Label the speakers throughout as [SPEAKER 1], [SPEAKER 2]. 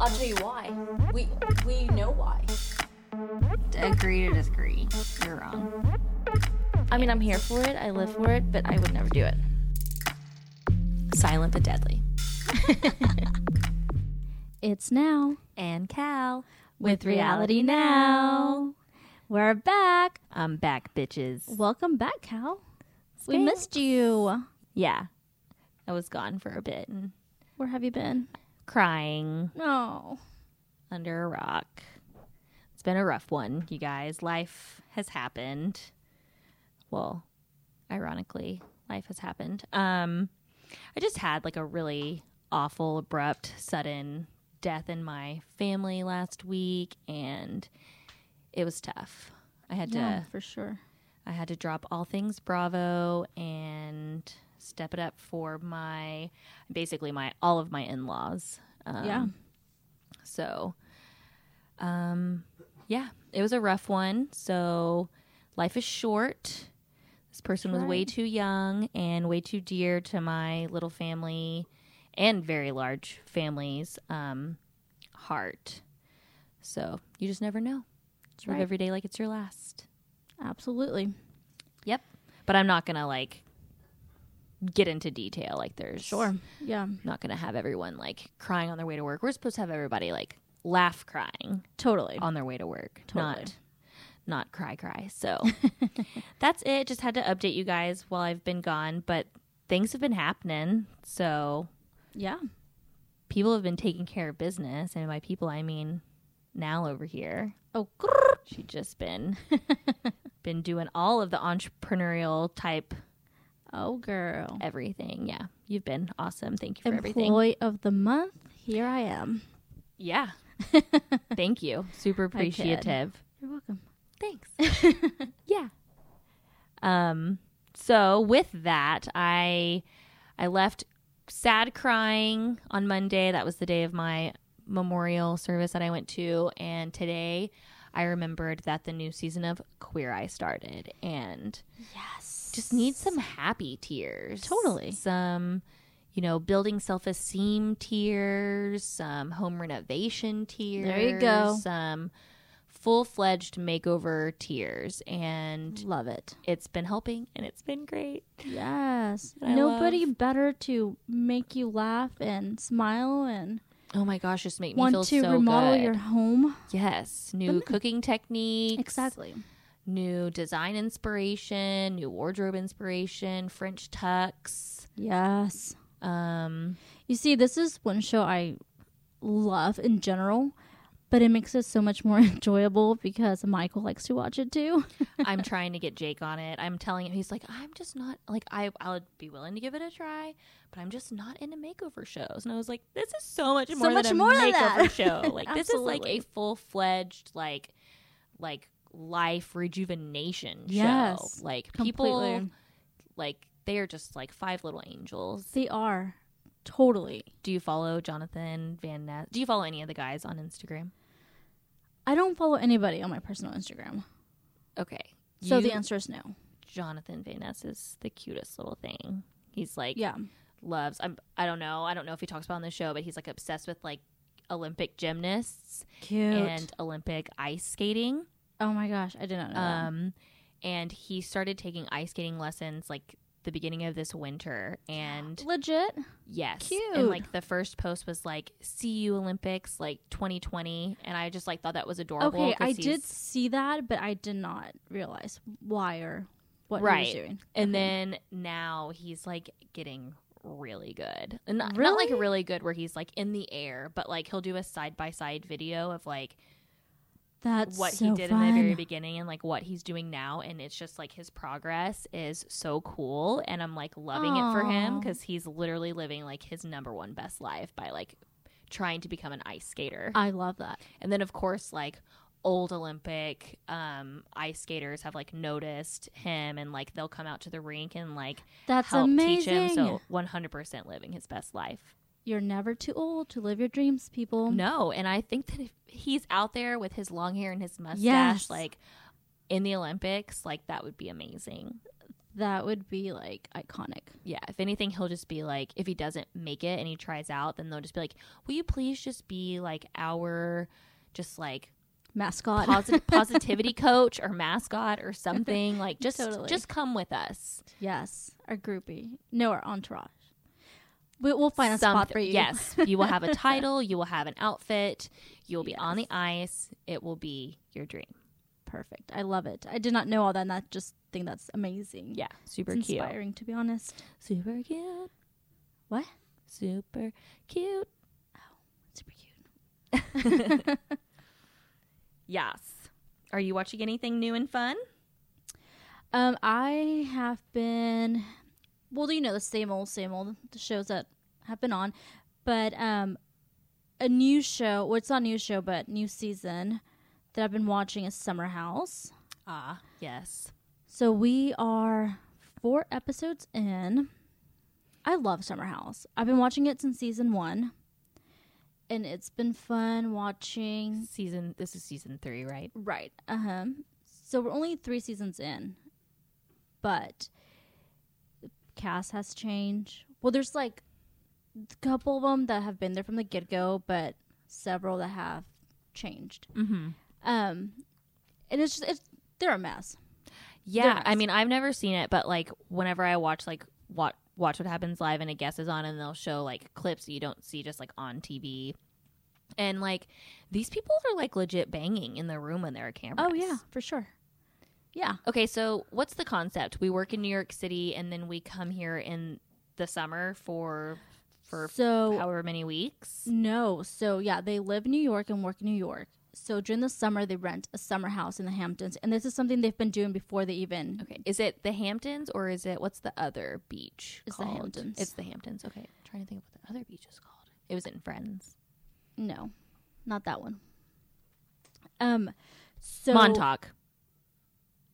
[SPEAKER 1] I'll tell you why. We we know why.
[SPEAKER 2] Agree to disagree. You're wrong.
[SPEAKER 3] I mean, I'm here for it. I live for it, but I would never do it. Silent but deadly.
[SPEAKER 2] It's now
[SPEAKER 3] And Cal.
[SPEAKER 2] with reality now. We're back. I'm back, bitches.
[SPEAKER 3] Welcome back, Cal.
[SPEAKER 2] We missed you. Yeah, I was gone for a bit and
[SPEAKER 3] Where have you been?
[SPEAKER 2] crying
[SPEAKER 3] No.
[SPEAKER 2] under a rock. It's been a rough one, you guys. Life has happened. Well, ironically, life has happened. Um, I just had like a really awful, abrupt, sudden death in my family last week, and it was tough. I had to
[SPEAKER 3] for sure.
[SPEAKER 2] I had to drop all things Bravo and step it up for my basically my all of my in laws. Um,
[SPEAKER 3] Yeah.
[SPEAKER 2] So, um, yeah, it was a rough one. So, life is short. This person was way too young and way too dear to my little family and very large family's um, heart. So, you just never know. Just live
[SPEAKER 3] right.
[SPEAKER 2] every day like it's your last.
[SPEAKER 3] Absolutely.
[SPEAKER 2] Yep. But I'm not gonna like get into detail. Like there's
[SPEAKER 3] Sure. Yeah.
[SPEAKER 2] I'm not gonna have everyone like crying on their way to work. We're supposed to have everybody like laugh crying
[SPEAKER 3] Totally.
[SPEAKER 2] on their way to work.
[SPEAKER 3] Totally.
[SPEAKER 2] Not not cry cry. So that's it. Just had to update you guys while I've been gone, but things have been happening. So
[SPEAKER 3] Yeah.
[SPEAKER 2] people have been taking care of business and by people I mean Nal over here.
[SPEAKER 3] Oh,
[SPEAKER 2] She just been been doing all of the entrepreneurial type
[SPEAKER 3] oh, girl.
[SPEAKER 2] everything. Yeah, you've been awesome. Thank you for everything.
[SPEAKER 3] Employee of the month. Here I am.
[SPEAKER 2] Yeah. Thank you. Super appreciative.
[SPEAKER 3] You're welcome.
[SPEAKER 2] Thanks. yeah. Um so with that, I I left sad crying on Monday. That was the day of my memorial service that I went to and today I remembered that the new season of Queer Eye started and
[SPEAKER 3] Yes.
[SPEAKER 2] just need some happy tears.
[SPEAKER 3] Totally.
[SPEAKER 2] Some, you know, building self esteem tears, some home renovation tears.
[SPEAKER 3] There you go.
[SPEAKER 2] Some full fledged makeover tears. And
[SPEAKER 3] Love it.
[SPEAKER 2] it's been helping and it's been great.
[SPEAKER 3] Yes.
[SPEAKER 2] I
[SPEAKER 3] Nobody better to make you laugh and smile and
[SPEAKER 2] Oh my gosh, just make me feel
[SPEAKER 3] want to
[SPEAKER 2] so
[SPEAKER 3] remodel
[SPEAKER 2] good.
[SPEAKER 3] your home.
[SPEAKER 2] yes, new cooking techniques,
[SPEAKER 3] Exactly.
[SPEAKER 2] new design inspiration, new wardrobe inspiration, French tucks.
[SPEAKER 3] Yes.
[SPEAKER 2] Um,
[SPEAKER 3] You see, this is one show I love in general, but it makes it so much more enjoyable because Michael likes to watch it too.
[SPEAKER 2] I'm trying to get Jake on it. I'm telling him he's like, I'm just not like I I'll be willing to give it a try, but I'm just not into makeover shows. And I was like, this is so much more
[SPEAKER 3] much
[SPEAKER 2] than
[SPEAKER 3] more
[SPEAKER 2] a makeover
[SPEAKER 3] than that.
[SPEAKER 2] show. Like this is like a
[SPEAKER 3] Absolutely.
[SPEAKER 2] full fledged like like life rejuvenation
[SPEAKER 3] Yes,
[SPEAKER 2] show. Like people
[SPEAKER 3] completely.
[SPEAKER 2] like they are just like five little angels.
[SPEAKER 3] They are totally.
[SPEAKER 2] Do you follow Jonathan Van Ness? Do you follow any of the guys on Instagram?
[SPEAKER 3] I don't follow anybody on my personal Instagram.
[SPEAKER 2] Okay.
[SPEAKER 3] So
[SPEAKER 2] You-
[SPEAKER 3] the answer is no.
[SPEAKER 2] Jonathan Van Ness is the cutest little thing. He's like
[SPEAKER 3] Yeah.
[SPEAKER 2] loves I'm, i don't know i don't know if he talks about it on the show but he's like obsessed with like olympic gymnasts
[SPEAKER 3] Cute.
[SPEAKER 2] and olympic ice skating
[SPEAKER 3] oh my gosh, I did not know. that.
[SPEAKER 2] um and he started taking ice skating lessons like the beginning of this winter and
[SPEAKER 3] Legit.
[SPEAKER 2] yes
[SPEAKER 3] Cute.
[SPEAKER 2] and like the first post was like see you olympics like 2020 and i just like thought that was adorable
[SPEAKER 3] Okay,
[SPEAKER 2] 'cause
[SPEAKER 3] I
[SPEAKER 2] he's-
[SPEAKER 3] did see that, but I did not realize why or what he
[SPEAKER 2] Right.
[SPEAKER 3] was doing.
[SPEAKER 2] and
[SPEAKER 3] Okay.
[SPEAKER 2] then now he's like getting really good and not, not, like
[SPEAKER 3] Really?
[SPEAKER 2] really good where he's like in the air but like he'll do a side-by-side video of like
[SPEAKER 3] that's
[SPEAKER 2] what
[SPEAKER 3] so
[SPEAKER 2] he did
[SPEAKER 3] fun.
[SPEAKER 2] in the very beginning and like what he's doing now and it's just like his progress is so cool and i'm like loving it for him
[SPEAKER 3] Aw.
[SPEAKER 2] because he's literally living like his number one best life by like trying to become an ice skater
[SPEAKER 3] I love that.
[SPEAKER 2] and then of course like old olympic um ice skaters have like noticed him and like they'll come out to the rink and like
[SPEAKER 3] That's
[SPEAKER 2] help
[SPEAKER 3] amazing.
[SPEAKER 2] teach him so 100% living his best life
[SPEAKER 3] You're never too old to live your dreams, people.
[SPEAKER 2] no, and I think that if he's out there with his long hair and his mustache,
[SPEAKER 3] Yes.
[SPEAKER 2] like in the Olympics, like that would be amazing.
[SPEAKER 3] That would be like iconic.
[SPEAKER 2] Yeah, if anything, he'll just be like, if he doesn't make it and he tries out, then they'll just be like, will you please just be like our, just like
[SPEAKER 3] Mascot.
[SPEAKER 2] posit- positivity coach or mascot or something? Like, just
[SPEAKER 3] Totally.
[SPEAKER 2] just come with us.
[SPEAKER 3] yes. Our groupie. No, our entourage. We, we'll find a spot
[SPEAKER 2] Something-
[SPEAKER 3] for you.
[SPEAKER 2] Yes, you will have a title, you will have an outfit, you will be on the ice. It will be your dream.
[SPEAKER 3] Perfect. I love it. I did not know all that, and that just think that's amazing.
[SPEAKER 2] Yeah, super
[SPEAKER 3] It's
[SPEAKER 2] cute.
[SPEAKER 3] inspiring, to be honest.
[SPEAKER 2] Super cute.
[SPEAKER 3] What?
[SPEAKER 2] Super cute.
[SPEAKER 3] Super cute.
[SPEAKER 2] Yes. Are you watching anything new and fun?
[SPEAKER 3] Um, I have been, well, you know, the same old, same old the shows that have been on, but um, a new show. Well, it's not a new show, but new season that I've been watching is Summer House.
[SPEAKER 2] Ah, yes.
[SPEAKER 3] So we are four episodes in. I love Summer House. I've been watching it since season one, and it's been fun watching.
[SPEAKER 2] Season. This is season three, right?
[SPEAKER 3] Right. Uh huh. So we're only three seasons in, but the cast has changed. Well, there's like a couple of them that have been there from the get go, but several that have changed. Mm-hmm. Um, and it's just it's they're a mess.
[SPEAKER 2] Yeah,
[SPEAKER 3] They're
[SPEAKER 2] I
[SPEAKER 3] nice.
[SPEAKER 2] mean, I've never seen it, but like whenever I watch like watch watch what happens live and a guest is on, and they'll show like clips that you don't see just like on TV, and like these people are like legit banging in their room when there are cameras.
[SPEAKER 3] Oh yeah, for sure. Yeah.
[SPEAKER 2] Okay, so what's the concept? We work in New York City, and then we come here in the summer for for
[SPEAKER 3] So-
[SPEAKER 2] however many weeks.
[SPEAKER 3] No. So yeah, they live in New York and work in New York. So during the summer, they rent a summer house in the Hamptons, and this is something they've been doing before they even
[SPEAKER 2] Okay, is it the Hamptons or is it what's the other beach
[SPEAKER 3] It's the
[SPEAKER 2] called?
[SPEAKER 3] Hamptons.
[SPEAKER 2] It's the Hamptons. Okay, I'm trying to think of what the other beach is called. It was in Friends.
[SPEAKER 3] No, not that one. Um, so
[SPEAKER 2] Montauk.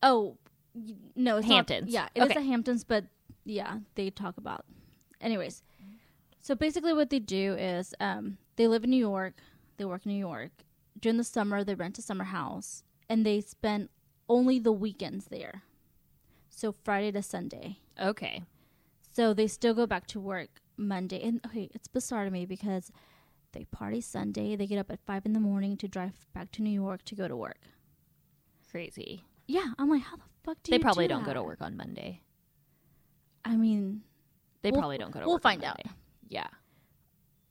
[SPEAKER 3] Oh, y- no, it's not-
[SPEAKER 2] Hamptons.
[SPEAKER 3] yeah, it is
[SPEAKER 2] Okay.
[SPEAKER 3] the Hamptons, but yeah, they talk about. Anyways, so basically, what they do is um, they live in New York, they work in New York. During the summer, they rent a summer house, and they spend only the weekends there. So Friday to Sunday.
[SPEAKER 2] Okay.
[SPEAKER 3] So they still go back to work Monday. And okay, it's bizarre to me because they party Sunday. They get up at five in the morning to drive back to New York to go to work.
[SPEAKER 2] Crazy.
[SPEAKER 3] Yeah, I'm like, how the fuck do
[SPEAKER 2] they
[SPEAKER 3] you
[SPEAKER 2] probably
[SPEAKER 3] do
[SPEAKER 2] not go
[SPEAKER 3] that?
[SPEAKER 2] to work on Monday.
[SPEAKER 3] I mean,
[SPEAKER 2] They
[SPEAKER 3] We'll-
[SPEAKER 2] probably don't go to
[SPEAKER 3] we'll
[SPEAKER 2] work. on
[SPEAKER 3] find out.
[SPEAKER 2] Monday. Yeah.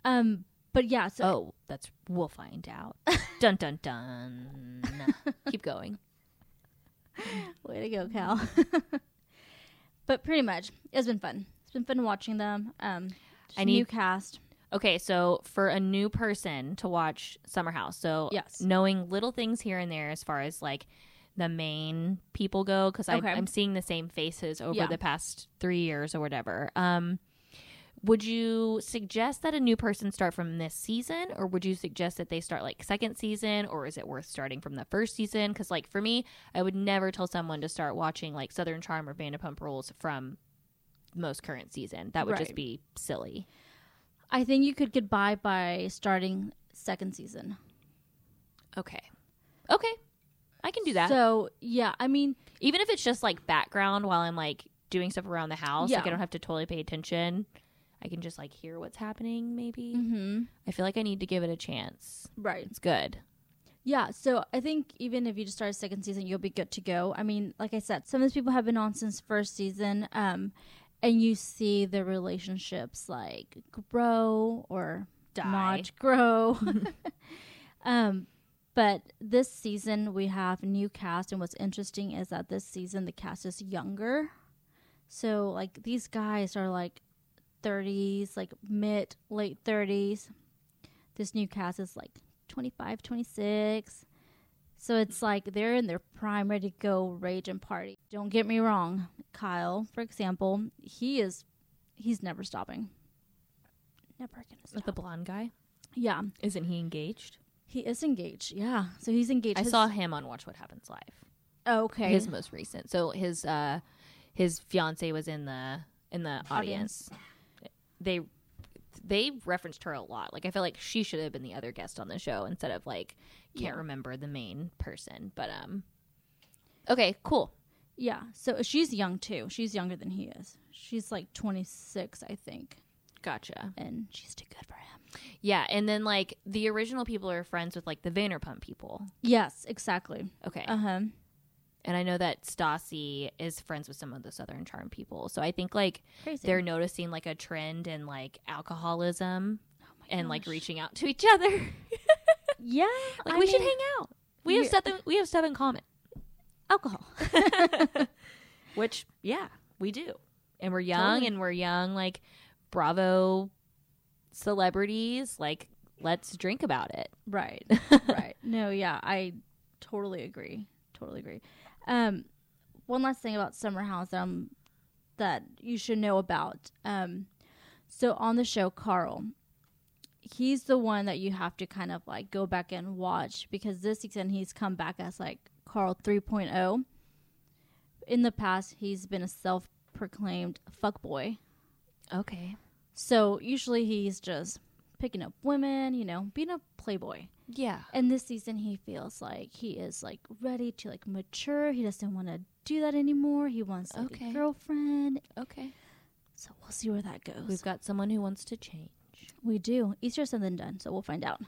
[SPEAKER 3] um, but yeah, so
[SPEAKER 2] oh, that's we'll find out. dun dun dun. Keep going. Oh.
[SPEAKER 3] way to go, Cal. but pretty much, it's been fun. It's been fun watching them. Um,
[SPEAKER 2] I
[SPEAKER 3] new
[SPEAKER 2] need-
[SPEAKER 3] cast.
[SPEAKER 2] Okay, so for a new person to watch Summer House, so
[SPEAKER 3] Yes.
[SPEAKER 2] knowing little things here and there as far as like the main people go, because
[SPEAKER 3] Okay.
[SPEAKER 2] I'm seeing the same faces over
[SPEAKER 3] Yeah.
[SPEAKER 2] the past three years or whatever. Um, would you suggest that a new person start from this season, or would you suggest that they start like second season, or is it worth starting from the first season? Because like for me, I would never tell someone to start watching like Southern Charm or Vanderpump Rules from most current season. That would just
[SPEAKER 3] Right.
[SPEAKER 2] be silly.
[SPEAKER 3] I think you could get by by starting second season.
[SPEAKER 2] Okay. Okay. I can do that.
[SPEAKER 3] So yeah, I mean,
[SPEAKER 2] Even if it's just like background while I'm like doing stuff around the house, like I
[SPEAKER 3] Yeah.
[SPEAKER 2] don't have to totally pay attention. I can just like hear what's happening maybe.
[SPEAKER 3] hmm
[SPEAKER 2] I feel like I need to give it a chance.
[SPEAKER 3] right.
[SPEAKER 2] It's good.
[SPEAKER 3] Yeah, so I think even if you just start a second season, you'll be good to go. I mean, like I said, some of these people have been on since first season, um, and you see their relationships like grow or
[SPEAKER 2] Die.
[SPEAKER 3] not grow. um, but this season we have new cast, and what's interesting is that this season the cast is younger. So like these guys are like thirties, like mid late thirties. This new cast is like 25, 26. So it's like they're in their prime, ready to go, rage and party. Don't get me wrong, Kyle, for example, he is, he's never stopping. Never gonna stop.
[SPEAKER 2] With the blonde guy.
[SPEAKER 3] Yeah,
[SPEAKER 2] Isn't he engaged?
[SPEAKER 3] he is engaged. Yeah, so he's engaged.
[SPEAKER 2] I
[SPEAKER 3] His-
[SPEAKER 2] saw him on Watch What Happens Live.
[SPEAKER 3] Oh, okay.
[SPEAKER 2] His most recent. So his uh his fiance was in the in the audience. They they referenced her a lot. Like I feel like she should have been the other guest on the show instead of like can't remember the main person. But um Okay, cool.
[SPEAKER 3] Yeah. So she's young too. She's younger than he is. She's like 26, I think,
[SPEAKER 2] Gotcha.
[SPEAKER 3] and she's too good for him.
[SPEAKER 2] Yeah, and then like the original people are friends with like the Vanderpump people.
[SPEAKER 3] Yes, exactly.
[SPEAKER 2] Okay.
[SPEAKER 3] Uh huh.
[SPEAKER 2] and I know that Stassi is friends with some of the Southern Charm people. So I think like
[SPEAKER 3] Crazy.
[SPEAKER 2] they're noticing like a trend in like alcoholism and like
[SPEAKER 3] gosh.
[SPEAKER 2] reaching out to each other.
[SPEAKER 3] yeah.
[SPEAKER 2] like
[SPEAKER 3] I
[SPEAKER 2] we should
[SPEAKER 3] mean,
[SPEAKER 2] hang out. We have
[SPEAKER 3] Yeah.
[SPEAKER 2] stuff. In, we have stuff in common.
[SPEAKER 3] alcohol.
[SPEAKER 2] Which yeah, we do. And we're young,
[SPEAKER 3] Totally.
[SPEAKER 2] and we're young like Bravo celebrities. Like let's drink about it.
[SPEAKER 3] Right. right. No, yeah, I totally agree. Totally agree. Um, one last thing about Summer House um, that you should know about. Um, so on the show, Carl, he's the one that you have to kind of like go back and watch because this season he's come back as like Carl 3.0. In the past, he's been a self proclaimed fuckboy.
[SPEAKER 2] Okay.
[SPEAKER 3] So usually he's just picking up women, you know, being a playboy.
[SPEAKER 2] Yeah.
[SPEAKER 3] And this season, he feels like he is like ready to like mature. He doesn't want to do that anymore. He wants like,
[SPEAKER 2] Okay.
[SPEAKER 3] a girlfriend.
[SPEAKER 2] Okay.
[SPEAKER 3] So we'll see where that goes.
[SPEAKER 2] We've got someone who wants to change.
[SPEAKER 3] we do easier said than done. So we'll find out.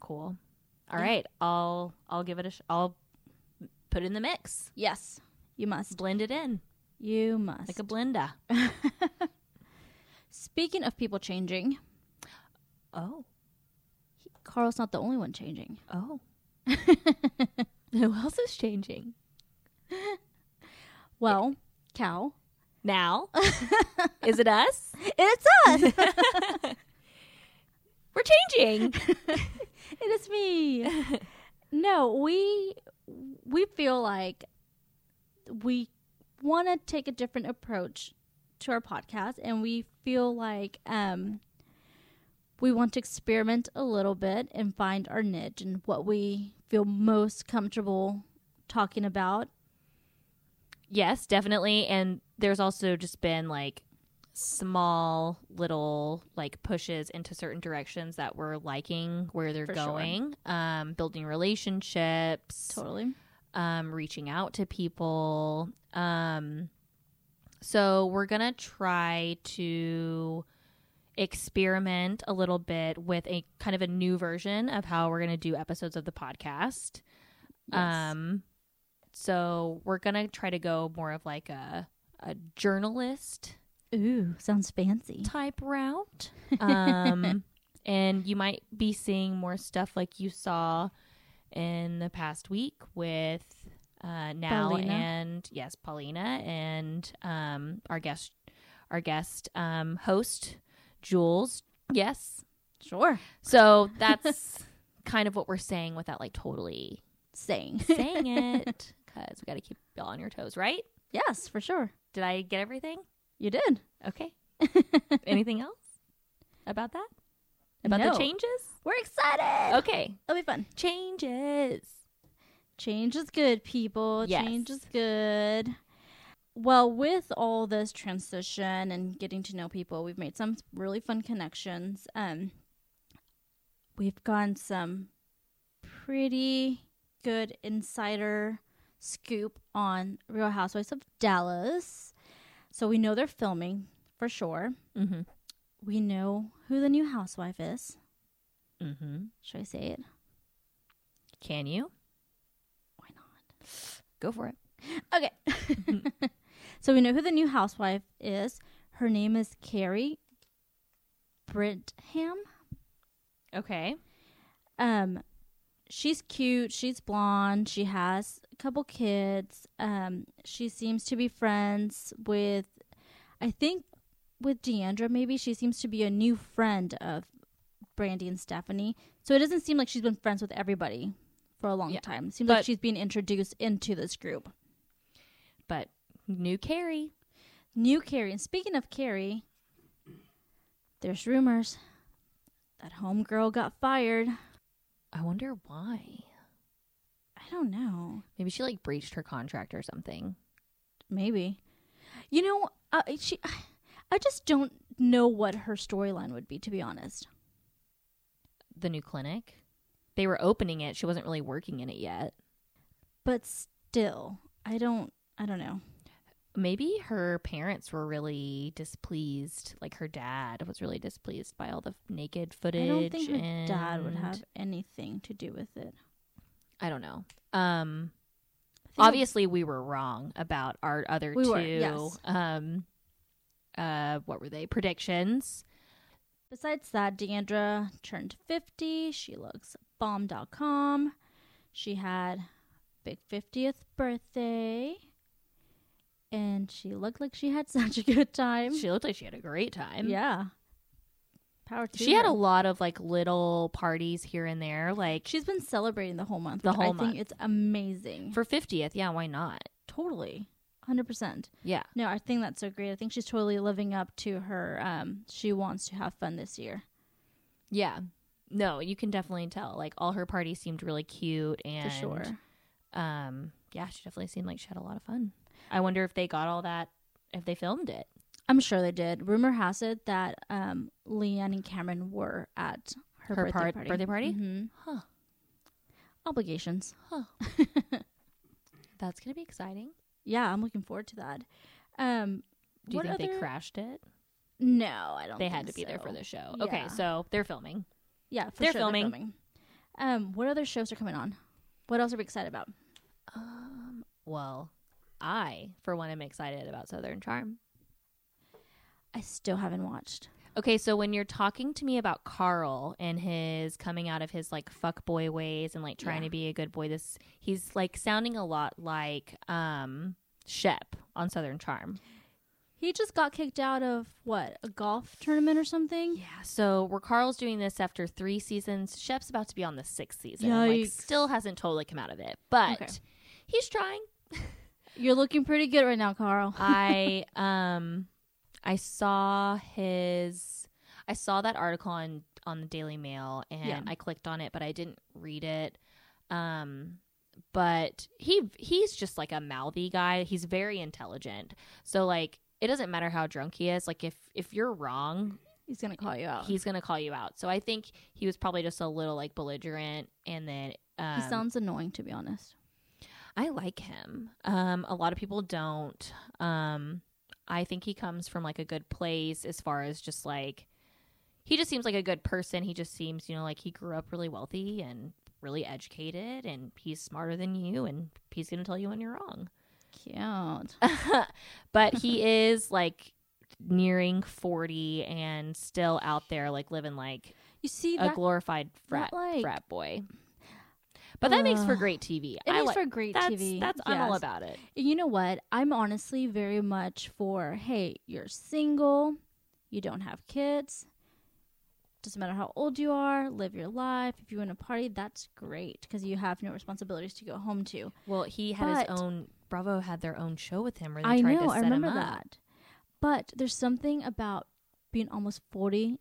[SPEAKER 2] Cool. All right, I'll I'll give it a sh- I'll put it in the mix.
[SPEAKER 3] Yes, you must.
[SPEAKER 2] Blend it in
[SPEAKER 3] You must.
[SPEAKER 2] like a blender.
[SPEAKER 3] Speaking of people changing,
[SPEAKER 2] Oh,
[SPEAKER 3] Carl's not the only one changing.
[SPEAKER 2] oh. who else is changing?
[SPEAKER 3] Well, Cal.
[SPEAKER 2] Now? is it us?
[SPEAKER 3] It's us. it
[SPEAKER 2] We're changing.
[SPEAKER 3] is me. no, we we feel like we want to take a different approach to our podcast and we feel like um, we want to experiment a little bit and find our niche and what we feel most comfortable talking about
[SPEAKER 2] yes, definitely. And there's also just been like small little like pushes into certain directions that we're liking where they're
[SPEAKER 3] For sure.
[SPEAKER 2] going. Um building relationships.
[SPEAKER 3] totally
[SPEAKER 2] um, reaching out to people. Um, so we're gonna try to experiment a little bit with a kind of a new version of how we're gonna do episodes of the podcast. Um, so we're gonna try to go more of like a a journalist
[SPEAKER 3] ooh sounds fancy
[SPEAKER 2] type route. Um, and you might be seeing more stuff like you saw in the past week with uh, now
[SPEAKER 3] Paulina.
[SPEAKER 2] and yes, Paulina and um, our guest, our guest um, host Jules. Yes,
[SPEAKER 3] sure
[SPEAKER 2] so that's kind of what we're saying without like totally
[SPEAKER 3] saying
[SPEAKER 2] saying it because we got to keep y'all on your toes, right?
[SPEAKER 3] yes for sure
[SPEAKER 2] Did I get everything?
[SPEAKER 3] you did
[SPEAKER 2] Okay. Anything else about that? About
[SPEAKER 3] No.
[SPEAKER 2] the changes?
[SPEAKER 3] we're excited
[SPEAKER 2] Okay.
[SPEAKER 3] it'll be fun
[SPEAKER 2] Changes.
[SPEAKER 3] Change is good, people.
[SPEAKER 2] Yes.
[SPEAKER 3] Change is good. Well, with all this transition and getting to know people, we've made some really fun connections. Um, we've gotten some pretty good insider scoop on Real Housewives of Dallas. So we know they're filming for sure.
[SPEAKER 2] Mm-hmm.
[SPEAKER 3] We know who the new housewife is.
[SPEAKER 2] Mm-hmm.
[SPEAKER 3] Should I say it?
[SPEAKER 2] Can you?
[SPEAKER 3] Why not?
[SPEAKER 2] Go for it.
[SPEAKER 3] Okay.
[SPEAKER 2] Mm-hmm.
[SPEAKER 3] so we know who the new housewife is. Her name is Carrie Brintham.
[SPEAKER 2] Okay.
[SPEAKER 3] Um, she's cute. She's blonde. She has a couple kids. Um, she seems to be friends with, I think, with Deandra. Maybe she seems to be a new friend of Brandy and Stephanie. So it doesn't seem like she's been friends with everybody for a long
[SPEAKER 2] Yeah.
[SPEAKER 3] time. Seems
[SPEAKER 2] But-
[SPEAKER 3] like she's being introduced into this group.
[SPEAKER 2] But new Carrie.
[SPEAKER 3] New Carrie. And speaking of Carrie, there's rumors that Homegirl got fired.
[SPEAKER 2] I wonder why.
[SPEAKER 3] I don't know.
[SPEAKER 2] Maybe she like breached her contract or something.
[SPEAKER 3] Maybe. You know, uh, she. I just don't know what her storyline would be, to be honest.
[SPEAKER 2] The new clinic. They were opening it. She wasn't really working in it yet.
[SPEAKER 3] But still, I don't. I don't know.
[SPEAKER 2] Maybe her parents were really displeased. Like her dad was really displeased by all the naked footage.
[SPEAKER 3] I don't think her
[SPEAKER 2] and
[SPEAKER 3] dad would have anything to do with it.
[SPEAKER 2] I don't know. Um,
[SPEAKER 3] I think-
[SPEAKER 2] obviously we were wrong about our other
[SPEAKER 3] We
[SPEAKER 2] two
[SPEAKER 3] were, yes.
[SPEAKER 2] um uh what were they predictions
[SPEAKER 3] Besides that, Deandra turned 50. She looks bomb.com. She had big 50th birthday. And she looked like she had such a good time.
[SPEAKER 2] she looked like she had a great time
[SPEAKER 3] yeah. Power to
[SPEAKER 2] she had a
[SPEAKER 3] her.
[SPEAKER 2] lot of like little parties here and there like
[SPEAKER 3] She's been celebrating the whole month.
[SPEAKER 2] The
[SPEAKER 3] which I
[SPEAKER 2] whole
[SPEAKER 3] think
[SPEAKER 2] month.
[SPEAKER 3] it's amazing.
[SPEAKER 2] for 50th yeah why not
[SPEAKER 3] totally. 100%.
[SPEAKER 2] yeah
[SPEAKER 3] No, I think that's so great. I think she's totally living up to her. Um, she wants to have fun this year.
[SPEAKER 2] yeah no you can definitely tell like all her parties seemed really cute and
[SPEAKER 3] For sure.
[SPEAKER 2] um yeah she definitely seemed like she had a lot of fun i wonder if they got all that if they filmed it
[SPEAKER 3] I'm sure they did. Rumor has it that um, Leanne and Cameron were at her,
[SPEAKER 2] Her
[SPEAKER 3] birthday
[SPEAKER 2] par-
[SPEAKER 3] party.
[SPEAKER 2] birthday party?
[SPEAKER 3] hmm
[SPEAKER 2] Huh.
[SPEAKER 3] Obligations.
[SPEAKER 2] that's gonna be exciting
[SPEAKER 3] Yeah, I'm looking forward to that. Um,
[SPEAKER 2] do you
[SPEAKER 3] what
[SPEAKER 2] think they
[SPEAKER 3] other-
[SPEAKER 2] crashed it
[SPEAKER 3] No, I don't.
[SPEAKER 2] they had to
[SPEAKER 3] think
[SPEAKER 2] be there for
[SPEAKER 3] so.
[SPEAKER 2] the show okay
[SPEAKER 3] Yeah.
[SPEAKER 2] so they're filming
[SPEAKER 3] Yeah, for
[SPEAKER 2] They're
[SPEAKER 3] sure
[SPEAKER 2] filming.
[SPEAKER 3] Um, what other shows are coming on? What else are we excited about?
[SPEAKER 2] Um, well, I, for one, am excited about Southern Charm.
[SPEAKER 3] I still haven't watched.
[SPEAKER 2] Okay, so when you're talking to me about Carl and his coming out of his like fuck boy ways and like trying
[SPEAKER 3] Yeah.
[SPEAKER 2] to be a good boy, this he's like sounding a lot like um Shep on Southern Charm.
[SPEAKER 3] He just got kicked out of what a golf tournament or something.
[SPEAKER 2] Yeah. So where Carl's doing this after three seasons, Shep's about to be on the sixth season. Like
[SPEAKER 3] Yikes.
[SPEAKER 2] still hasn't totally come out of it, but
[SPEAKER 3] Okay.
[SPEAKER 2] he's trying.
[SPEAKER 3] You're looking pretty good right now, Carl.
[SPEAKER 2] I um I saw his I saw that article on on the Daily Mail and
[SPEAKER 3] Yeah.
[SPEAKER 2] I clicked on it but I didn't read it. Um but he he's just like a mouthy guy. He's very intelligent. So like it doesn't matter how drunk he is. Like if if you're wrong,
[SPEAKER 3] He's gonna call you out.
[SPEAKER 2] he's going to call you out. So I think he was probably just a little like belligerent and then um,
[SPEAKER 3] he sounds annoying, to be honest.
[SPEAKER 2] I like him. Um, a lot of people don't. Um, I think he comes from like a good place as far as just like he just seems like a good person. He just seems, you know, like he grew up really wealthy and really educated and he's smarter than you and he's going to tell you when you're wrong.
[SPEAKER 3] Cute.
[SPEAKER 2] but he is like nearing 40 and still out there like living like
[SPEAKER 3] You see
[SPEAKER 2] a
[SPEAKER 3] that?
[SPEAKER 2] glorified frat
[SPEAKER 3] like-
[SPEAKER 2] frat boy. But that makes for
[SPEAKER 3] Ugh.
[SPEAKER 2] great TV.
[SPEAKER 3] it makes
[SPEAKER 2] like-
[SPEAKER 3] for great
[SPEAKER 2] that's,
[SPEAKER 3] TV.
[SPEAKER 2] That's I'm all
[SPEAKER 3] Yes.
[SPEAKER 2] about it.
[SPEAKER 3] You know what? I'm honestly very much for hey, you're single, you don't have kids, doesn't matter how old you are, live your life. If you want to party, that's great because you have no responsibilities to go home to.
[SPEAKER 2] Well, he had
[SPEAKER 3] But-
[SPEAKER 2] his own. Bravo had their own show with him where they
[SPEAKER 3] I
[SPEAKER 2] tried
[SPEAKER 3] know,
[SPEAKER 2] to set
[SPEAKER 3] I remember
[SPEAKER 2] him up.
[SPEAKER 3] that. But there's something about being almost 40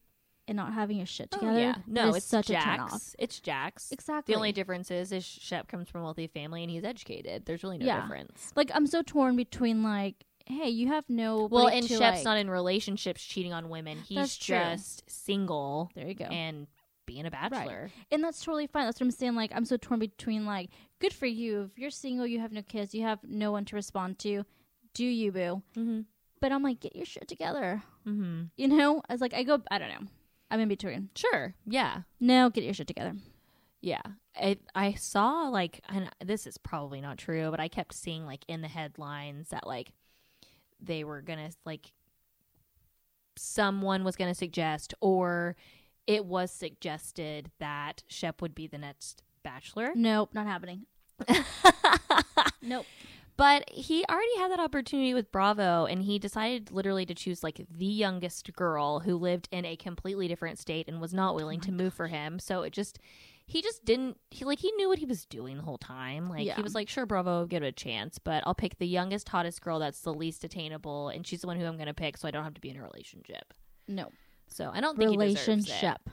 [SPEAKER 3] and not having your shit
[SPEAKER 2] Oh,
[SPEAKER 3] together.
[SPEAKER 2] yeah,
[SPEAKER 3] that
[SPEAKER 2] no,
[SPEAKER 3] is
[SPEAKER 2] it's
[SPEAKER 3] such
[SPEAKER 2] Jax.
[SPEAKER 3] a turn off.
[SPEAKER 2] It's Jax.
[SPEAKER 3] Exactly.
[SPEAKER 2] The only difference is, is Shep comes from a wealthy family and he's educated. There's really no
[SPEAKER 3] Yeah.
[SPEAKER 2] difference.
[SPEAKER 3] like I'm so torn between like, hey, you have no
[SPEAKER 2] Well,
[SPEAKER 3] right
[SPEAKER 2] and
[SPEAKER 3] to,
[SPEAKER 2] Shep's
[SPEAKER 3] like-
[SPEAKER 2] not in relationships cheating on women. He's
[SPEAKER 3] That's true.
[SPEAKER 2] just single
[SPEAKER 3] There you go. And,
[SPEAKER 2] and being a bachelor.
[SPEAKER 3] that's totally fine. That's what I'm saying. Like I'm so torn between like, good for you if you're single, you have no kids, you have no one to respond to. Do you boo?
[SPEAKER 2] Mm-hmm.
[SPEAKER 3] But I'm like, get your shit together.
[SPEAKER 2] Mm-hmm.
[SPEAKER 3] You know, I was like, I go, I don't know. I'm in between.
[SPEAKER 2] Sure. Yeah.
[SPEAKER 3] No, get your shit together.
[SPEAKER 2] Yeah. I I saw like and this is probably not true, but I kept seeing like in the headlines that like they were going to like someone was going to suggest or it was suggested that Shep would be the next bachelor.
[SPEAKER 3] Nope, not happening. Nope.
[SPEAKER 2] but he already had that opportunity with Bravo and he decided literally to choose like the youngest girl who lived in a completely different state and was
[SPEAKER 3] Oh
[SPEAKER 2] not willing to move for him. So it just he just didn't he like he knew what he was doing the whole time. Like
[SPEAKER 3] Yeah.
[SPEAKER 2] he was like, sure, Bravo, give it a chance, but I'll pick the youngest, hottest girl that's the least attainable, and she's the one who I'm gonna pick, so I don't have to be in a relationship.
[SPEAKER 3] No.
[SPEAKER 2] So I don't think he deserves it.
[SPEAKER 3] Relationship.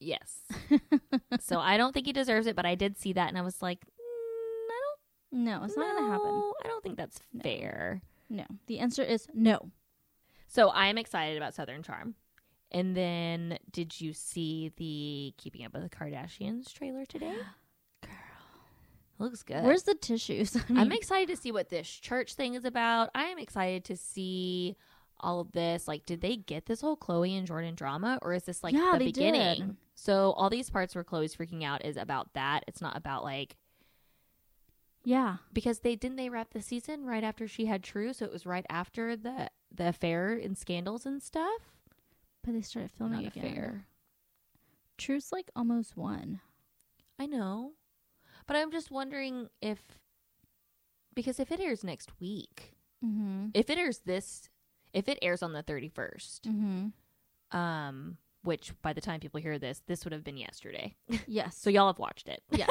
[SPEAKER 2] Yes. so I don't think he deserves it, but I did see that and I was like, mm, I don't
[SPEAKER 3] No, it's not gonna happen.
[SPEAKER 2] no, I don't think that's fair.
[SPEAKER 3] No. The answer is no.
[SPEAKER 2] So I'm excited about Southern Charm. And then, did you see the Keeping Up with the Kardashians trailer today?
[SPEAKER 3] Girl.
[SPEAKER 2] looks good.
[SPEAKER 3] Where's the tissues? I
[SPEAKER 2] I'm excited to see what this church thing is about. I am excited to see all of this. Like, did they get this whole Chloe and Jordan drama, or is this like
[SPEAKER 3] Yeah,
[SPEAKER 2] the
[SPEAKER 3] they
[SPEAKER 2] beginning?
[SPEAKER 3] did.
[SPEAKER 2] So all these parts where Chloe's freaking out is about that. It's not about like
[SPEAKER 3] yeah.
[SPEAKER 2] because they didn't they wrap the season right after she had True, so it was right after the the affair and scandals and stuff.
[SPEAKER 3] But they started filming
[SPEAKER 2] Not
[SPEAKER 3] again.
[SPEAKER 2] affair.
[SPEAKER 3] True's like almost one.
[SPEAKER 2] I know, but I'm just wondering if because if it airs next week,
[SPEAKER 3] Mm-hmm.
[SPEAKER 2] if it airs this, if it airs on the thirty first,
[SPEAKER 3] Mm-hmm.
[SPEAKER 2] um, which by the time people hear this, this would have been yesterday.
[SPEAKER 3] Yes.
[SPEAKER 2] So y'all have watched it.
[SPEAKER 3] Yes.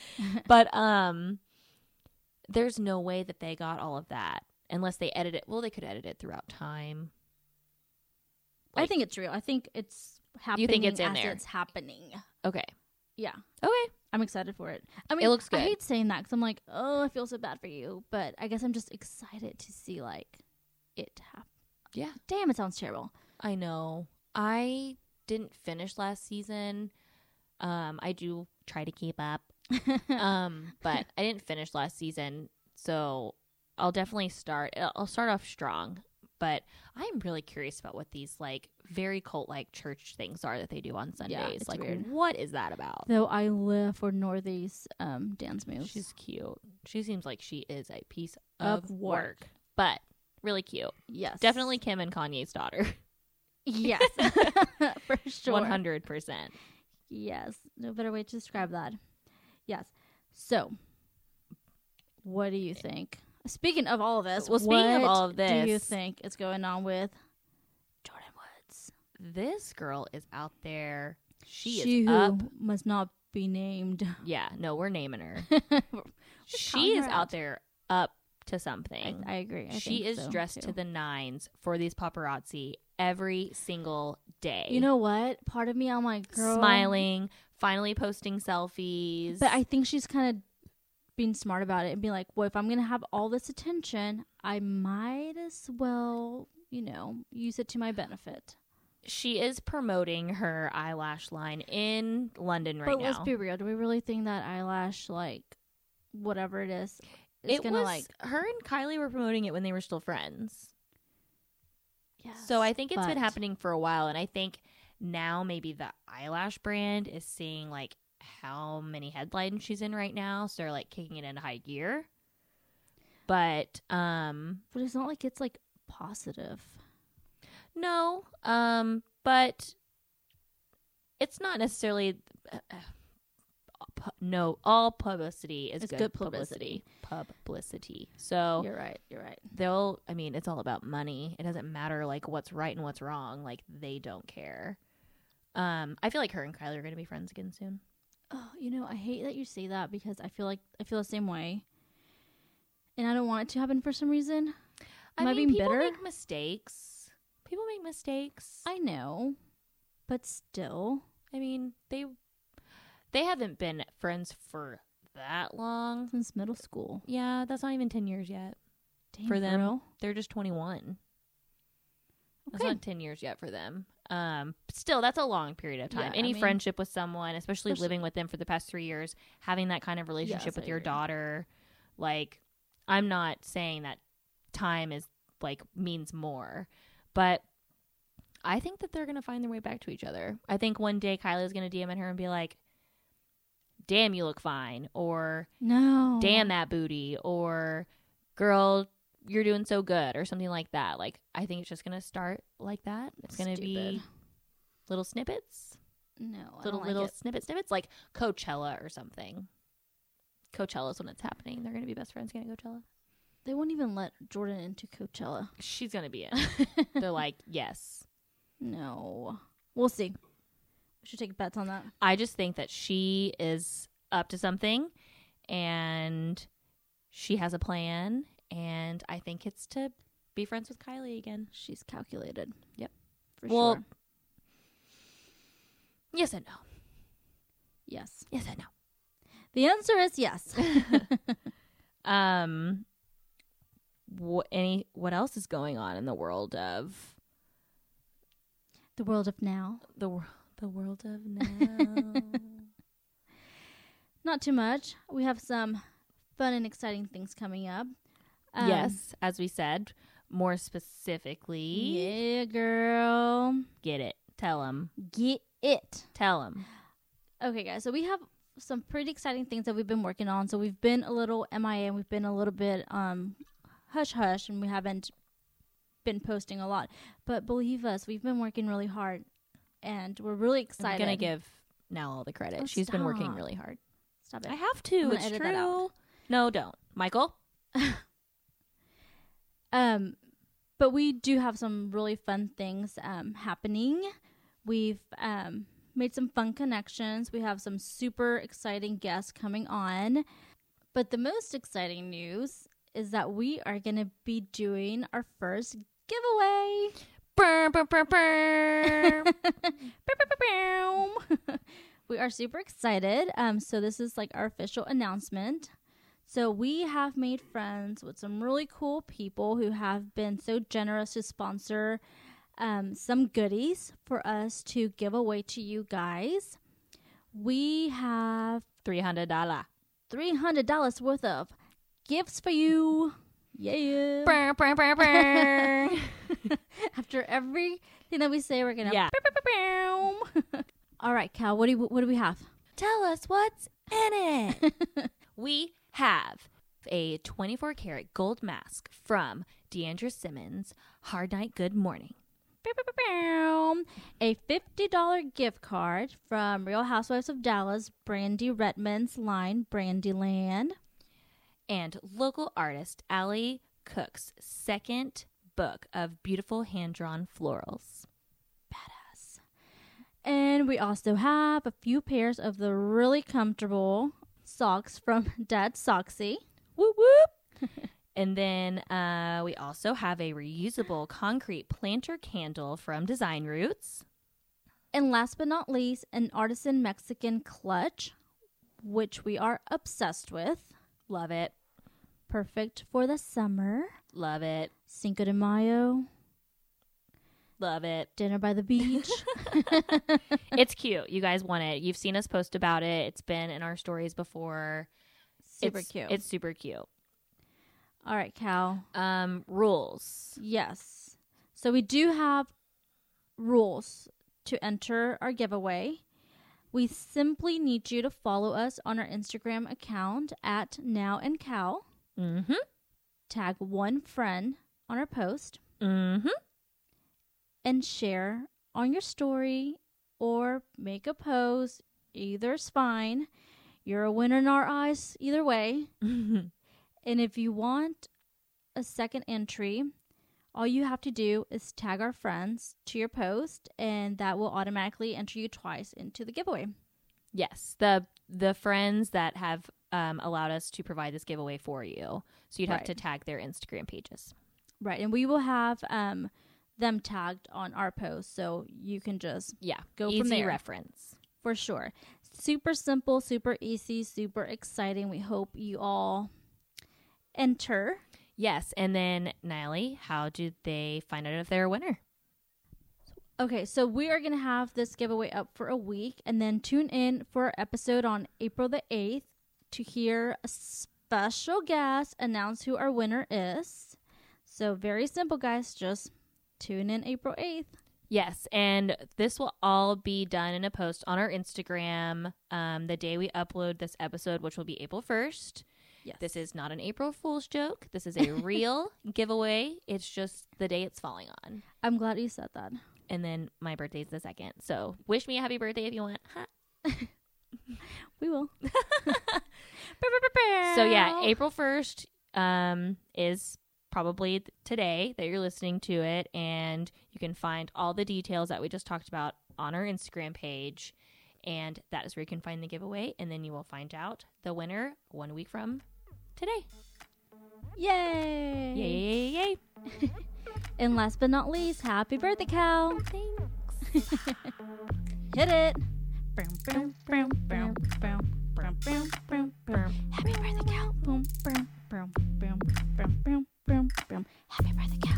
[SPEAKER 2] but um there's no way that they got all of that unless they edit it. Well, they could edit it throughout time.
[SPEAKER 3] I think it's real. I think it's happening.
[SPEAKER 2] You think it's in
[SPEAKER 3] as
[SPEAKER 2] there.
[SPEAKER 3] It's happening.
[SPEAKER 2] Okay.
[SPEAKER 3] Yeah.
[SPEAKER 2] Okay.
[SPEAKER 3] I'm excited for it. I mean,
[SPEAKER 2] looks
[SPEAKER 3] I
[SPEAKER 2] good.
[SPEAKER 3] hate saying that because I'm like, oh, I feel so bad for you, but I guess I'm just excited to see like it happen.
[SPEAKER 2] Yeah.
[SPEAKER 3] Damn, it sounds terrible.
[SPEAKER 2] I know. I didn't finish last season. Um I do try to keep up. um but I didn't finish last season, so I'll definitely start I'll I'll start off strong. But I'm really curious about what these like very cult like church things are that they do on Sundays.
[SPEAKER 3] it's
[SPEAKER 2] like
[SPEAKER 3] weird.
[SPEAKER 2] what is that about?
[SPEAKER 3] Though I live for Northie's um, dance moves.
[SPEAKER 2] She's cute. She seems like she is a piece
[SPEAKER 3] Of
[SPEAKER 2] of, work. but really cute.
[SPEAKER 3] yes,
[SPEAKER 2] Definitely Kim and Kanye's daughter.
[SPEAKER 3] yes, for sure.
[SPEAKER 2] 100%.
[SPEAKER 3] Yes, no better way to describe that. Yes. So, what do you think? Speaking of all of this,
[SPEAKER 2] Well, speaking of
[SPEAKER 3] what
[SPEAKER 2] all of
[SPEAKER 3] do you
[SPEAKER 2] this-
[SPEAKER 3] think is going on with Jordan Woods?
[SPEAKER 2] This girl is out there. She,
[SPEAKER 3] she
[SPEAKER 2] is
[SPEAKER 3] who
[SPEAKER 2] up.
[SPEAKER 3] must not be named.
[SPEAKER 2] Yeah, no, we're naming her. she
[SPEAKER 3] calling
[SPEAKER 2] is
[SPEAKER 3] her
[SPEAKER 2] out
[SPEAKER 3] out.
[SPEAKER 2] there up to
[SPEAKER 3] I,
[SPEAKER 2] something.
[SPEAKER 3] I agree. I
[SPEAKER 2] she
[SPEAKER 3] think
[SPEAKER 2] is
[SPEAKER 3] so,
[SPEAKER 2] dressed
[SPEAKER 3] too.
[SPEAKER 2] to the nines for these paparazzi every single day.
[SPEAKER 3] You know what? Part of me, I'm like, girl,
[SPEAKER 2] smiling, finally posting selfies.
[SPEAKER 3] But I think she's kind of being smart about it and being like, well, if I'm going to have all this attention, I might as well, you know, use it to my benefit.
[SPEAKER 2] she is promoting her eyelash line in London right
[SPEAKER 3] but
[SPEAKER 2] now.
[SPEAKER 3] let's be real. Do we really think that eyelash, like, whatever it is, is
[SPEAKER 2] it
[SPEAKER 3] going to,
[SPEAKER 2] was
[SPEAKER 3] like,
[SPEAKER 2] her and Kylie were promoting it when they were still friends.
[SPEAKER 3] Yes,
[SPEAKER 2] so I think it's
[SPEAKER 3] but-
[SPEAKER 2] been happening for a while, and I think now maybe the eyelash brand is seeing like how many headlines she's in right now, so they're like kicking it into high gear. But um,
[SPEAKER 3] But it's not like it's, like, positive.
[SPEAKER 2] No, um, but it's not necessarily uh, uh, pu- no. All publicity is
[SPEAKER 3] It's
[SPEAKER 2] good,
[SPEAKER 3] good
[SPEAKER 2] publicity. Publicity. So
[SPEAKER 3] You're right. You're right.
[SPEAKER 2] they'll. I mean, it's all about money. It doesn't matter like what's right and what's wrong. Like they don't care. Um, I feel like her and Kylie are going to be friends again soon.
[SPEAKER 3] Oh, you know, I hate that you say that because I feel like I feel the same way. And I don't want it to happen for some reason.
[SPEAKER 2] I
[SPEAKER 3] Am I
[SPEAKER 2] mean,
[SPEAKER 3] being
[SPEAKER 2] people
[SPEAKER 3] bitter?
[SPEAKER 2] make mistakes. People make mistakes.
[SPEAKER 3] I know, but still.
[SPEAKER 2] I mean, they they haven't been friends for that long.
[SPEAKER 3] since middle school.
[SPEAKER 2] Yeah, that's not even 10 years yet.
[SPEAKER 3] Dang,
[SPEAKER 2] for them,
[SPEAKER 3] real?
[SPEAKER 2] they're just 21. That's
[SPEAKER 3] Okay.
[SPEAKER 2] not 10 years yet for them. Um, but still, that's a long period of time.
[SPEAKER 3] Yeah, I
[SPEAKER 2] Any
[SPEAKER 3] mean-
[SPEAKER 2] friendship with someone, especially
[SPEAKER 3] Especially-
[SPEAKER 2] living with them for the past three years, having that kind of relationship
[SPEAKER 3] Yes,
[SPEAKER 2] with
[SPEAKER 3] I
[SPEAKER 2] your
[SPEAKER 3] agree.
[SPEAKER 2] daughter, like, I'm not saying that time is like means more, but I think that they're going to find their way back to each other. I think one day Kyla's going to DM at her and be like, damn, you look fine. Or,
[SPEAKER 3] No.
[SPEAKER 2] damn that booty or girl you're doing so good or something like that like i think it's just gonna start like that it's gonna be
[SPEAKER 3] Stupid.
[SPEAKER 2] little snippets
[SPEAKER 3] No. I
[SPEAKER 2] little
[SPEAKER 3] don't like
[SPEAKER 2] little
[SPEAKER 3] it.
[SPEAKER 2] snippet snippets like coachella or something coachella's when it's happening they're gonna be best friends gonna coachella
[SPEAKER 3] They won't even let Jordan into Coachella.
[SPEAKER 2] she's gonna be in they're like yes
[SPEAKER 3] No. We'll see. We should take bets on that.
[SPEAKER 2] i just think that she is up to something and she has a plan and i think it's to be friends with kylie again
[SPEAKER 3] She's calculated.
[SPEAKER 2] Yep.
[SPEAKER 3] For
[SPEAKER 2] Well-
[SPEAKER 3] sure.
[SPEAKER 2] yes and no
[SPEAKER 3] Yes.
[SPEAKER 2] yes and no
[SPEAKER 3] The answer is yes.
[SPEAKER 2] um what any what else is going on in the world of
[SPEAKER 3] the world of now.
[SPEAKER 2] the world the world of now
[SPEAKER 3] Not too much. We have some fun and exciting things coming up. Um,
[SPEAKER 2] yes, as we said, more specifically,
[SPEAKER 3] Yeah, girl.
[SPEAKER 2] get it. Tell them.
[SPEAKER 3] Get it.
[SPEAKER 2] Tell them.
[SPEAKER 3] Okay, guys. So we have some pretty exciting things that we've been working on. So we've been a little MIA and we've been a little bit um hush hush and we haven't been posting a lot. But believe us, we've been working really hard and we're really
[SPEAKER 2] I'm
[SPEAKER 3] excited.
[SPEAKER 2] gonna give Nell all the credit.
[SPEAKER 3] Oh,
[SPEAKER 2] She's been working
[SPEAKER 3] stop.
[SPEAKER 2] really hard.
[SPEAKER 3] Stop
[SPEAKER 2] I
[SPEAKER 3] it.
[SPEAKER 2] have to.
[SPEAKER 3] gonna
[SPEAKER 2] It's
[SPEAKER 3] edit that out.
[SPEAKER 2] true. No, don't, Michael.
[SPEAKER 3] Um but we do have some really fun things um happening. We've um made some fun connections. We have some super exciting guests coming on. But the most exciting news is that we are going to be doing our first giveaway.
[SPEAKER 2] Brr, brr, brr, brr.
[SPEAKER 3] we are super excited. Um, so this is like our official announcement. So we have made friends with some really cool people who have been so generous to sponsor um, some goodies for us to give away to you guys. We have
[SPEAKER 2] Three hundred dollar.
[SPEAKER 3] three hundred dollars worth of gifts for you. Yeah.
[SPEAKER 2] Brr, brr, brr, brr.
[SPEAKER 3] After everything that we say, we're gonna.
[SPEAKER 2] Yeah.
[SPEAKER 3] All right, Cal. What do you, what do we have?
[SPEAKER 2] Tell us what's in it. we have a 24 karat gold mask from Deandra Simmons, Hard Night Good Morning.
[SPEAKER 3] A $50 gift card from Real Housewives of Dallas, Brandy Redmond's line, Brandyland.
[SPEAKER 2] and local artist Allie Cook's second book of beautiful hand drawn florals.
[SPEAKER 3] And we also have a few pairs of the really comfortable socks from Dad Socksy.
[SPEAKER 2] Whoop whoop! and then uh, we also have a reusable concrete planter candle from Design Roots.
[SPEAKER 3] And last but not least, an artisan Mexican clutch, which we are obsessed with.
[SPEAKER 2] Love it.
[SPEAKER 3] Perfect for the summer.
[SPEAKER 2] Love it.
[SPEAKER 3] Cinco de Mayo,
[SPEAKER 2] Love it.
[SPEAKER 3] dinner by the beach.
[SPEAKER 2] it's cute. You guys want it. You've seen us post about it. It's been in our stories before.
[SPEAKER 3] Super
[SPEAKER 2] It's-
[SPEAKER 3] cute.
[SPEAKER 2] It's super cute.
[SPEAKER 3] All right, Cal.
[SPEAKER 2] Um, rules.
[SPEAKER 3] Yes. So we do have rules to enter our giveaway. We simply need you to follow us on our Instagram account at Now and Cal.
[SPEAKER 2] Mm-hmm.
[SPEAKER 3] Tag one friend on our post
[SPEAKER 2] Mm-hmm.
[SPEAKER 3] and share on your story or make a post. Either's fine. You're a winner in our eyes, either way. And if you want a second entry, all you have to do is tag our friends to your post, and that will automatically enter you twice into the giveaway.
[SPEAKER 2] Yes, the the friends that have um, allowed us to provide this giveaway for you. So you'd have
[SPEAKER 3] Right.
[SPEAKER 2] to tag their Instagram pages.
[SPEAKER 3] Right. And we will have um, them tagged on our post, so you can just
[SPEAKER 2] Yeah,
[SPEAKER 3] Go from
[SPEAKER 2] easy
[SPEAKER 3] there.
[SPEAKER 2] reference.
[SPEAKER 3] for sure. Super simple, super easy, super exciting. We hope you all enter.
[SPEAKER 2] Yes, and then Niley, how do they find out if they're a winner?
[SPEAKER 3] Okay, so we are going to have this giveaway up for a week and then tune in for our episode on April the 8th to hear a special guest announce who our winner is. So, very simple, guys. Just tune in April 8th.
[SPEAKER 2] Yes, and this will all be done in a post on our Instagram um, the day we upload this episode, which will be April first.
[SPEAKER 3] Yes.
[SPEAKER 2] This is not an April Fool's joke. This is a real giveaway. It's just the day it's falling on.
[SPEAKER 3] I'm glad you said that.
[SPEAKER 2] And then my birthday's the second. So wish me a happy birthday if you want. Ha.
[SPEAKER 3] We will.
[SPEAKER 2] So yeah, April first um, is probably th- today that you're listening to it, and you can find all the details that we just talked about on our Instagram page, and that is where you can find the giveaway, and then you will find out the winner one week from today.
[SPEAKER 3] Yay!
[SPEAKER 2] Yay! Yay! Yay! yay.
[SPEAKER 3] And last but not least, happy birthday, Cal.
[SPEAKER 2] Thanks.
[SPEAKER 3] Hit it. Happy birthday, Cal. Happy birthday, Cal.